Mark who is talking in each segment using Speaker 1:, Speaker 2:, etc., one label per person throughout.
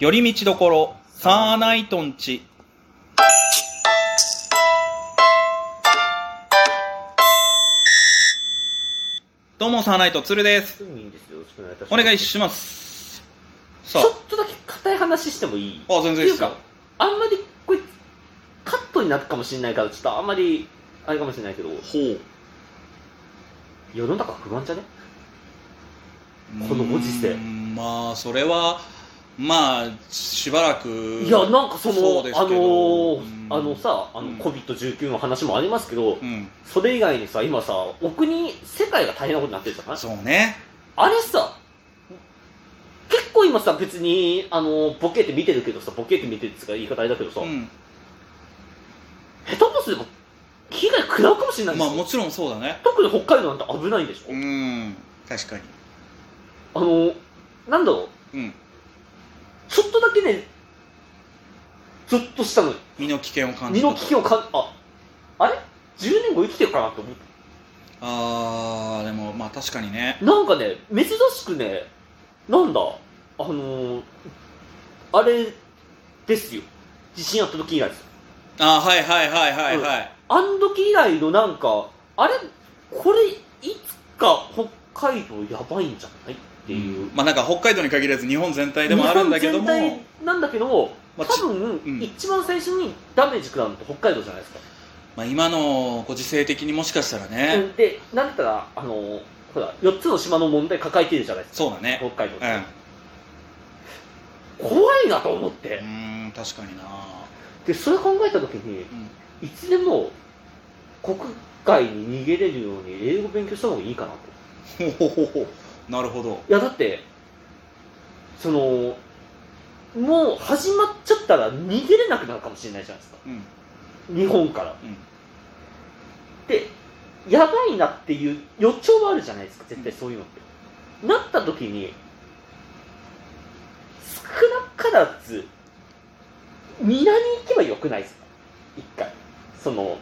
Speaker 1: 寄り道どころサーナイトンチどうもサーナイトツルです
Speaker 2: すぐにいいですよ。よろしくお願いいたし
Speaker 1: お
Speaker 2: ます。
Speaker 1: 願いします
Speaker 2: ち
Speaker 1: さ
Speaker 2: ょっとだけ硬い話してもいい
Speaker 1: ああ全然いいっすよ
Speaker 2: ってうかあんまり、これ、カットになるかもしれないから、ちょっとあんまり、あれかもしれないけど、
Speaker 1: ほう
Speaker 2: 世の中不安じゃねこのご時世
Speaker 1: うーんまあそれはまあしばらく
Speaker 2: いや、なんかそ
Speaker 1: そう
Speaker 2: の、
Speaker 1: です
Speaker 2: あ
Speaker 1: け
Speaker 2: の
Speaker 1: ど
Speaker 2: ー
Speaker 1: うん
Speaker 2: あのさ、あの
Speaker 1: うん
Speaker 2: COVID-19 の話もありますけど、
Speaker 1: うん
Speaker 2: それ以外にさ、今さ、お国、世界が大変なことになってるじゃない
Speaker 1: そうね
Speaker 2: あれさ、結構今さ、別に、あの、ボケて見てるけどさ、ボケて見てるっていうか言い方あれだけどさ、
Speaker 1: うん
Speaker 2: 下手とすれば、被害食らうかもしれないんで
Speaker 1: ますあ
Speaker 2: よ
Speaker 1: もちろんそうだね
Speaker 2: 特に北海道なんて危ないんでしょ、
Speaker 1: うん確かに
Speaker 2: あの、なんだろう、
Speaker 1: うん
Speaker 2: ちょっとだけね、ゾッとしたのよ。
Speaker 1: 身の危険を感じ
Speaker 2: 身
Speaker 1: た
Speaker 2: の危険をかん、あ、あれ ?10 年後生きてるかなと思っ
Speaker 1: あーでもまあ確かにね
Speaker 2: た。なんかね、珍しくね、なんだ、あのーあれですよ。地震あった時以来ですよ。
Speaker 1: あーはいはいはいはいはい、
Speaker 2: あの時以来のなんか、あれこれ、いつか北海道やばいんじゃないっていう。
Speaker 1: まあなんか北海道に限らず日本全体でもあるんだけども
Speaker 2: 日本全体なんだけど、
Speaker 1: まあち
Speaker 2: 多分、
Speaker 1: うん
Speaker 2: 一番最初にダメージ食らうのって北海道じゃないですか、
Speaker 1: まあ、今のご時世的にもしかしたらね、
Speaker 2: うんでなんだったらあのほら4つの島の問題抱えてるじゃないですか
Speaker 1: そうだね
Speaker 2: 北海道っ
Speaker 1: うん
Speaker 2: て、怖いなと思っ
Speaker 1: う
Speaker 2: て
Speaker 1: ーん確かにな
Speaker 2: でそれ考えた時に
Speaker 1: うん
Speaker 2: いつでも国外に逃げれるように英語勉強した方がいいかなと
Speaker 1: ほほほほなるほど
Speaker 2: いやだってそのもう始まっちゃったら逃げれなくなるかもしれないじゃないですか
Speaker 1: うん
Speaker 2: 日本から
Speaker 1: うん
Speaker 2: でやばいなっていう予兆はあるじゃないですか絶対そういうのって、なった時に少なからず南に行けばよくないですか一回その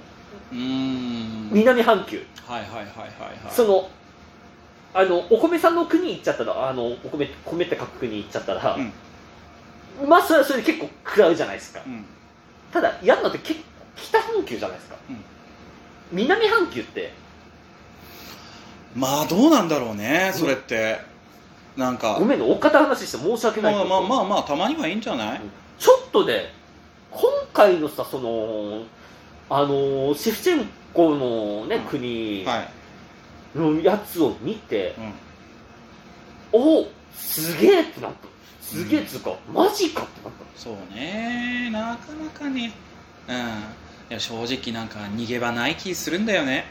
Speaker 1: うーんはい
Speaker 2: 南半球、
Speaker 1: はいはいはいはい
Speaker 2: そのあのお米さんの国行っちゃったらあのお米米って書く国行っちゃったら、
Speaker 1: うん
Speaker 2: まあそれはそれで結構食らうじゃないですか
Speaker 1: うん
Speaker 2: ただやるのって結構北半球じゃないですか、
Speaker 1: うん
Speaker 2: 南半球って
Speaker 1: まあどうなんだろうねそれってなんか
Speaker 2: ごめんね、おっかた話して申し訳ない
Speaker 1: ま
Speaker 2: け
Speaker 1: あ
Speaker 2: ど、
Speaker 1: まあまあまあたまにはいいんじゃない
Speaker 2: ちょっとね、今回のさ、その、あの、シェフチェンコのね、
Speaker 1: うん
Speaker 2: 国
Speaker 1: はい
Speaker 2: のやつを見て、
Speaker 1: うん
Speaker 2: おすげえってなった。すげえっつうか、マジかってなっ
Speaker 1: そうねなかなかねうんいや正直なんか逃げ場ない気するんだよね、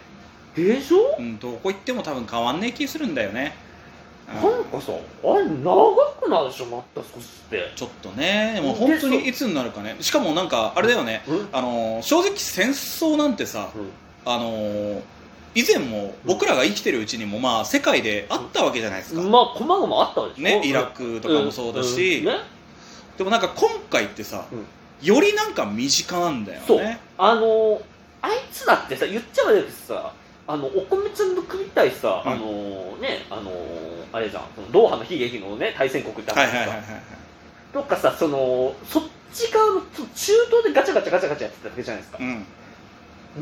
Speaker 2: た。でしょ、
Speaker 1: うん、どこ行っても多分変わんねえ気するんだよね、うん
Speaker 2: なんかさ、あれ長くなるでしょ、また少しって。
Speaker 1: ちょっとねでも本当にいつになるかねしかもなんかあれだよね
Speaker 2: うんうん
Speaker 1: あの正直戦争なんてさあの以前も僕らが生きてるうちにもまあ世界であったわけじゃないですか、
Speaker 2: まあ、細々あったわけでしょ
Speaker 1: ね、イラクとかもそうだし、
Speaker 2: んんね、
Speaker 1: でもなんか今回ってさ、
Speaker 2: うん
Speaker 1: よりなんか身近なんだよね
Speaker 2: そうあのあいつだってさ言っちゃ悪いけどさあのお米ちゃんの首対さ、
Speaker 1: うん
Speaker 2: あのねあのあれじゃんそのドーハの悲劇のね対戦国ってあ
Speaker 1: は
Speaker 2: る
Speaker 1: い
Speaker 2: じ
Speaker 1: はい
Speaker 2: ゃ
Speaker 1: は
Speaker 2: ん
Speaker 1: い
Speaker 2: で
Speaker 1: はいは
Speaker 2: す
Speaker 1: い
Speaker 2: かとかさそのそっち側のその中東でガチャガチャガチャガチャやってたわけじゃないですか、
Speaker 1: うん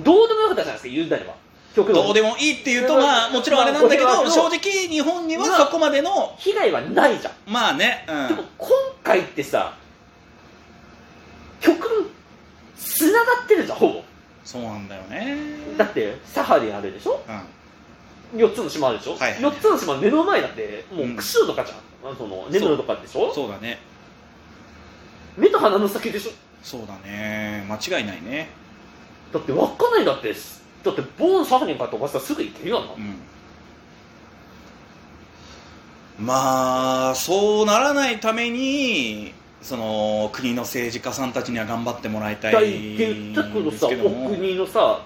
Speaker 2: どうでもよかったじゃないですか言うなれば極論
Speaker 1: どうでもいいっていうと、まあ、もちろんあれなんだけど
Speaker 2: まあ、
Speaker 1: 正直、日本にはそこまでの、
Speaker 2: 被害はないじゃん、
Speaker 1: まあね、うん
Speaker 2: でも今回ってさ極論つながってるじゃんほぼ
Speaker 1: そうなんだよね。
Speaker 2: だってサハリンあるでしょ
Speaker 1: う
Speaker 2: 4つの島あるでしょ、
Speaker 1: はいはい
Speaker 2: 4つの島の目の前だっても
Speaker 1: うん
Speaker 2: う釧路とかじゃん、その根室とかでし
Speaker 1: ん、
Speaker 2: ょ
Speaker 1: そうだね、
Speaker 2: 目と鼻の先でしょ
Speaker 1: そうだね、間違いないね。
Speaker 2: だって稚内だってだってボーンサハリンから飛ばしたらすぐ行けるよな、
Speaker 1: うん、まあ、そうならないために、その国の政治家さんたちには頑張ってもらいた
Speaker 2: だい
Speaker 1: い
Speaker 2: って言
Speaker 1: ん
Speaker 2: ったけど
Speaker 1: です
Speaker 2: さ
Speaker 1: けど
Speaker 2: お
Speaker 1: も、
Speaker 2: 国のさ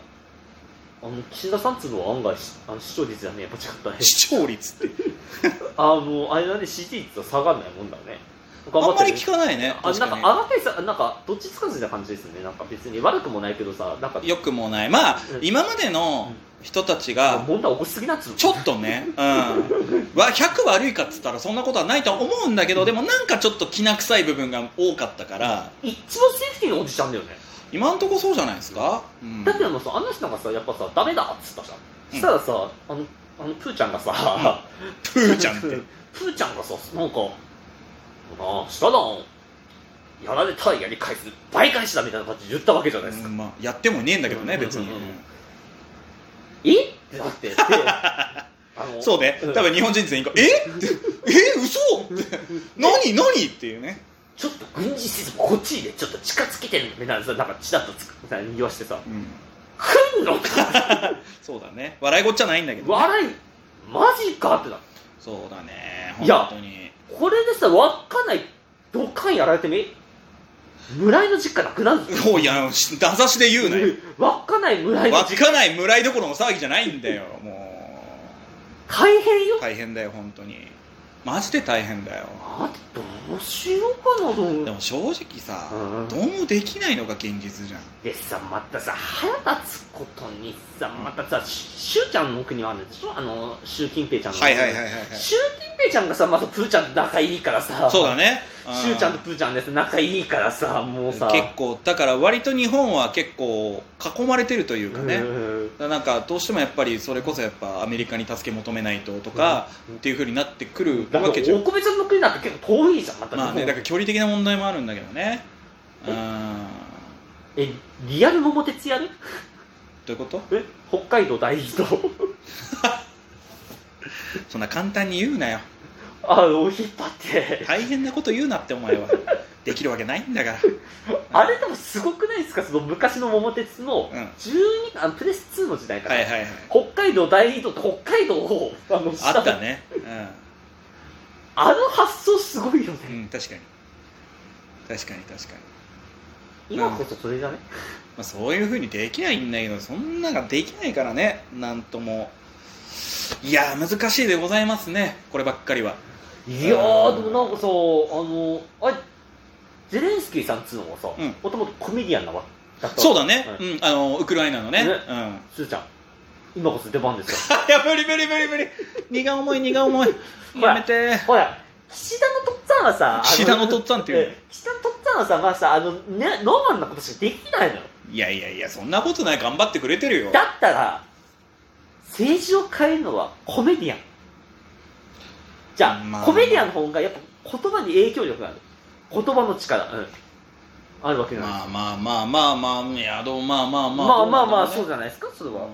Speaker 2: あの岸田さんっつうのは案外しあの視聴率じゃねえ間違ったね
Speaker 1: 視聴率って、
Speaker 2: あのあれだね支持率は下がんないもんだね
Speaker 1: あんまり
Speaker 2: る
Speaker 1: 聞かないね
Speaker 2: あ
Speaker 1: 確
Speaker 2: なん
Speaker 1: か
Speaker 2: か
Speaker 1: に
Speaker 2: アガペさんなんかどっちつかずな感じですねなんか別に悪くもないけどさなんか
Speaker 1: よくもないまあ
Speaker 2: うん
Speaker 1: 今までの人たちが
Speaker 2: 問題起こしすぎなっつうの
Speaker 1: ちょっとね、うん、わ100悪いかっつったらそんなことはないとは思うんだけどでもなんかちょっときな臭い部分が多かったから
Speaker 2: 一番セーフティーのおじちゃんだよね
Speaker 1: 今んとこそうじゃないですか、うん
Speaker 2: だけどもさあの人がさやっぱさダメだっつったじゃんそしたらさ、あのあのプーちゃんがさ
Speaker 1: プーちゃんって
Speaker 2: プーちゃんがさなんか「なあしただんやられたらやり返す倍返しだ」みたいな感じで言ったわけじゃないですか、
Speaker 1: うんまあ、やってもねえんだけどね別に、
Speaker 2: うんうんうんえって なってであの
Speaker 1: そうね多分日本人全員が「えっ?」て「え嘘 って「何何?」っていうね
Speaker 2: ちょっと軍事施設こっちにねちょっと近づけてるみたいなさなんかチラッとつくみたいな言わしてさ
Speaker 1: うん
Speaker 2: 「来んのか!
Speaker 1: そうだね笑いごっちゃないんだけ」ど
Speaker 2: 笑いマジかってな
Speaker 1: そうだね
Speaker 2: いや
Speaker 1: 本当に
Speaker 2: これでさ稚内ドカンやられてみ村井の実家なくなるぞ
Speaker 1: おいや名指しで言うなよ
Speaker 2: 稚内村井の実家
Speaker 1: 稚内村井どころの騒ぎじゃないんだよも
Speaker 2: 大変よ
Speaker 1: う大変だよ本当にマジで大変だよ
Speaker 2: あどうしようかなと思う
Speaker 1: でも正直さ
Speaker 2: うん
Speaker 1: どうもできないのが現実じゃん
Speaker 2: でさまたさ腹立つことにさまたさししゅうちゃんの奥にはあるんでしょあの習近平ちゃんの
Speaker 1: はいはいはいはいはい
Speaker 2: 習近平ちゃんがさまたプーちゃんと仲いいからさ
Speaker 1: そうだね
Speaker 2: しゅうちゃんとプーちゃんです仲いいからさもう
Speaker 1: 結
Speaker 2: さ
Speaker 1: 構だから割と日本は結構囲まれてるというかね、
Speaker 2: うん
Speaker 1: だからなんかどうしてもやっぱりそれこそやっぱアメリカに助け求めないととか
Speaker 2: うん
Speaker 1: っていうふうになってくる
Speaker 2: だ
Speaker 1: わ
Speaker 2: っ
Speaker 1: け
Speaker 2: て
Speaker 1: じゃ
Speaker 2: お
Speaker 1: ん
Speaker 2: 米ちゃんの国なんて結構遠いじゃんまた日本
Speaker 1: まあねだから距離的な問題もあるんだけどねう
Speaker 2: え
Speaker 1: ーん
Speaker 2: えリアル桃鉄やる
Speaker 1: どういうこと
Speaker 2: え北海道大移動
Speaker 1: そんな簡単に言うなよ
Speaker 2: あの引っ張って
Speaker 1: 大変なこと言うなってお前はできるわけないんだから
Speaker 2: あれでもすごくないですかその昔の桃鉄の
Speaker 1: うん
Speaker 2: 12かあプレス2の時代から、
Speaker 1: はいはいはい
Speaker 2: 北海道大移動と北海道をあの
Speaker 1: あ
Speaker 2: 下
Speaker 1: ったねう
Speaker 2: あの発想すごいよ
Speaker 1: ん、う
Speaker 2: ね、
Speaker 1: ん、確かに確かに確かに、
Speaker 2: 今こそそれじゃね、
Speaker 1: まあ、そういうふうにできないんだけどそんなができないからねなんともいやー難しいでございますねこればっかりはい
Speaker 2: やーでもなんかさあのあれゼレンスキーさんっつうのもさ
Speaker 1: うん
Speaker 2: もともとコメディアンなわだった
Speaker 1: そうだね、
Speaker 2: はい
Speaker 1: うん、あのウクライナのね、
Speaker 2: ね
Speaker 1: うん、 い
Speaker 2: すーちゃん今こそ出番ですよ
Speaker 1: や無理無理無理無理荷が重い荷が重い
Speaker 2: ほ
Speaker 1: や
Speaker 2: ら
Speaker 1: めて
Speaker 2: ほら、岸田のとっつぁんはさ、あの
Speaker 1: 岸田のとっつぁんっていうの
Speaker 2: え岸田のとっつぁんはさ、まあさ、あの、ね、ノーマルなことしかできないのよ。
Speaker 1: いやいやいやそんなことない頑張ってくれてるよ
Speaker 2: だったら、政治を変えるのはコメディアン。じゃあ、
Speaker 1: まあ
Speaker 2: コメディアンの方がやっぱ言葉に影響力がある。言葉の力、うん、あるわけなんです
Speaker 1: まあまあまあまあまあいやどうまあまあま
Speaker 2: ま
Speaker 1: あ
Speaker 2: あ、まあまあまあ、そう
Speaker 1: だ
Speaker 2: じゃないですか、それは。
Speaker 1: うん
Speaker 2: っ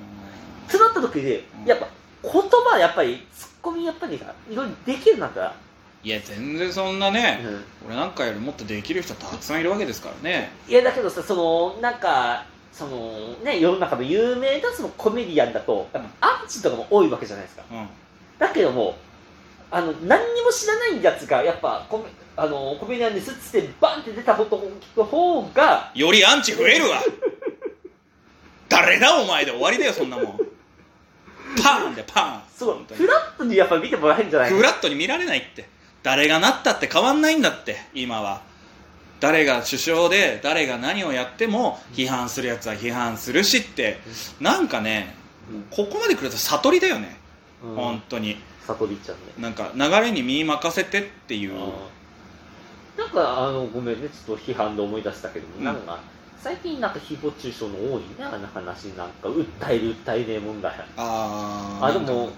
Speaker 2: てなった時で
Speaker 1: うん、
Speaker 2: やっぱ言葉はやっぱり、ツッコミやっぱりさ、いろいろできるんだから、
Speaker 1: いや全然そんな
Speaker 2: う
Speaker 1: ね、
Speaker 2: ん
Speaker 1: 俺なんかよりもっとできる人たくさんいるわけですからね
Speaker 2: いやだけどさそのなんかそのね世の中の有名なそのコメディアンだとやっぱアンチとかも多いわけじゃないですか
Speaker 1: うん
Speaker 2: だけどもあの何にも知らないやつがやっぱコメあのコメディアンですっつってバンって出たことを聞く方が
Speaker 1: よりアンチ増えるわ誰だお前で終わりだよそんなもんパンでパン
Speaker 2: すごい
Speaker 1: 本当に
Speaker 2: フラットにやっぱ見てもらえるんじゃない
Speaker 1: フラットに見られないって誰がなったって変わんないんだって今は誰が首相で誰が何をやっても批判するやつは批判するしってなんかねここまで来ると悟りだよね、
Speaker 2: うん
Speaker 1: 本当に
Speaker 2: 悟りちゃんね
Speaker 1: なんか流れに身任せてっていう
Speaker 2: うんなんかあのごめんねちょっと批判で思い出したけども、
Speaker 1: うん
Speaker 2: なんか最近なんか誹謗中傷の多いねあの話なんか訴える訴えねえ問題
Speaker 1: あー
Speaker 2: あで
Speaker 1: なん
Speaker 2: も
Speaker 1: か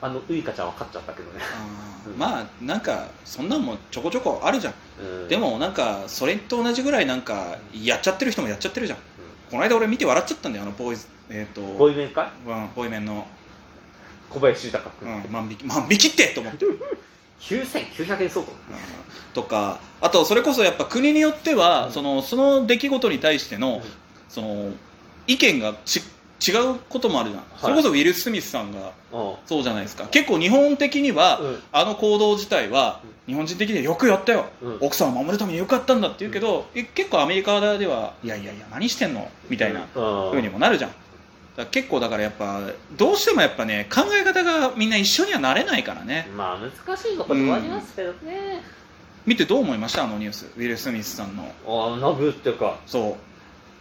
Speaker 2: あのウイカちゃんは勝っちゃったけどね、
Speaker 1: あー
Speaker 2: うん
Speaker 1: まあなんかそんなんもちょこちょこあるじゃん
Speaker 2: うん
Speaker 1: で、もなんかそれと同じぐらいなんかやっちゃってる人もやっちゃってるじゃん
Speaker 2: う
Speaker 1: この間俺見て笑っちゃったんだよあのボーイズえっ、と
Speaker 2: ん、ボイメンかい
Speaker 1: うんボイメンの、
Speaker 2: 小林豊
Speaker 1: う
Speaker 2: 君、
Speaker 1: ん、万引き万引きってと思 って、うん
Speaker 2: 9900円相
Speaker 1: と
Speaker 2: 当
Speaker 1: かあとそれこそやっぱ国によっては、
Speaker 2: うん
Speaker 1: そのその出来事に対しての、
Speaker 2: うん
Speaker 1: その意見がち違うこともあるじゃん、それこそウィル・スミスさんが
Speaker 2: う
Speaker 1: そうじゃないですか結構日本的には、
Speaker 2: ん、うん
Speaker 1: あの行動自体は日本人的にはよくやったよ、
Speaker 2: うん
Speaker 1: 奥さんを守るためによかったんだって言うけど、え結構アメリカではいやいやいや何してんのみたいな
Speaker 2: うん
Speaker 1: 風にもなるじゃん、だから結構だからやっぱどうしてもやっぱね考え方がみんな一緒にはなれないからね、
Speaker 2: まあ難しいところではありますけどね、
Speaker 1: 見てどう思いましたあのニュースウィル・スミスさんの
Speaker 2: ああ殴っていうか
Speaker 1: そ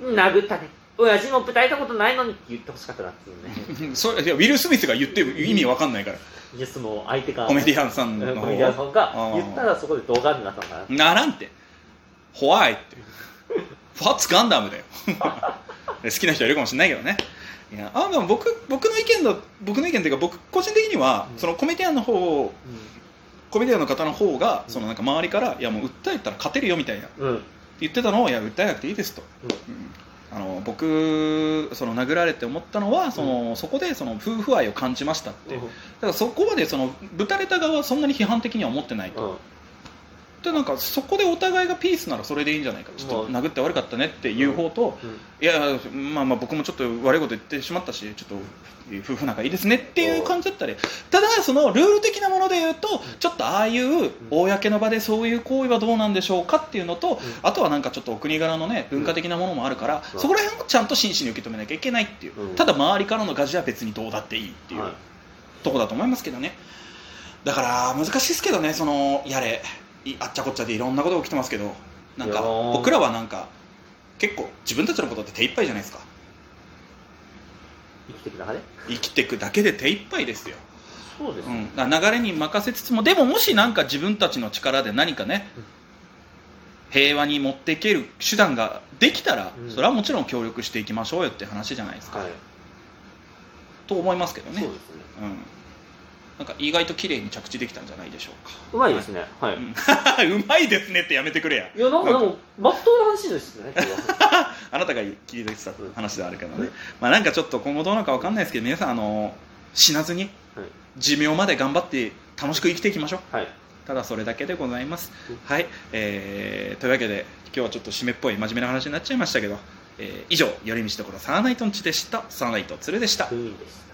Speaker 2: 殴ったね親父も豚いたことないのにって言ってほしかったなっていうね
Speaker 1: う それいやウィル・スミスが言ってる意味わかんないから
Speaker 2: いやその相手が
Speaker 1: コメディアンさん
Speaker 2: う
Speaker 1: の
Speaker 2: ん
Speaker 1: 方
Speaker 2: コメディアンさんが
Speaker 1: うん
Speaker 2: 言ったらそこで動画になったのかな
Speaker 1: ならんって怖いってファッツガンダム だよ好きな人いるかもしれないけどねいやあでも僕僕の意見だ僕の意見っていうか僕個人的には、
Speaker 2: うん
Speaker 1: そのコメディアンの方コメディアンの方の方が、そのなんか周りから「いやもう訴えたら勝てるよ」みたいな
Speaker 2: うん、うん、
Speaker 1: 言ってたのを「いや訴えなくていいです」と、うんあの僕その殴られて思ったのはその、そこでその夫婦愛を感じましたって、だからそこまでそのぶたれた側はそんなに批判的には思ってないと、
Speaker 2: うん
Speaker 1: でなんかそこでお互いがピースならそれでいいんじゃないかちょっと殴って悪かったねっていう方と、
Speaker 2: うん
Speaker 1: いやまあまあ僕もちょっと悪いこと言ってしまったしちょっと夫婦仲いいですねっていう感じだったりただそのルール的なもので言うとちょっとああいう公の場でそういう行為はどうなんでしょうかっていうのとあとはなんかちょっとお国柄のね文化的なものもあるから
Speaker 2: うん
Speaker 1: そこら辺をちゃんと真摯に受け止めなきゃいけないっていう
Speaker 2: うん
Speaker 1: ただ周りからのガジは別にどうだっていいっていう
Speaker 2: はい
Speaker 1: とこだと思いますけどねだから難しいですけどねそのやれいあっちゃこっちゃでいろんなことが起きてますけどなんか
Speaker 2: いやー
Speaker 1: 僕らはなんか結構自分たちのことって手一杯じゃないですか
Speaker 2: 生きていく中で
Speaker 1: 生きていくだけで手一杯ですよ、
Speaker 2: そうです
Speaker 1: う
Speaker 2: ね、
Speaker 1: ん、だから流れに任せつつもでももしなんか自分たちの力で何かね
Speaker 2: うん
Speaker 1: 平和に持っていける手段ができたら、
Speaker 2: うん
Speaker 1: それはもちろん協力していきましょうよって話じゃないですか、
Speaker 2: はい
Speaker 1: と思いますけどね
Speaker 2: そうですね
Speaker 1: うん、なんか意外と綺麗に着地できたんじゃないでしょうか
Speaker 2: うまいですねはい、
Speaker 1: うん うまいですねってやめてくれや
Speaker 2: いやなんかでもまっとうな話ですねこれは
Speaker 1: あなたが聞いてた話ではあるけどね、まあ、なんかちょっと今後どうなるかわかんないですけど皆さんあの死なずに
Speaker 2: はい
Speaker 1: 寿命まで頑張って楽しく生きていきましょう
Speaker 2: はい
Speaker 1: ただそれだけでございます
Speaker 2: うん
Speaker 1: はい、えーというわけで今日はちょっと締めっぽい真面目な話になっちゃいましたけど、えー以上「寄り道所サーナイトンチ」でしたサーナイト鶴でした
Speaker 2: 海でした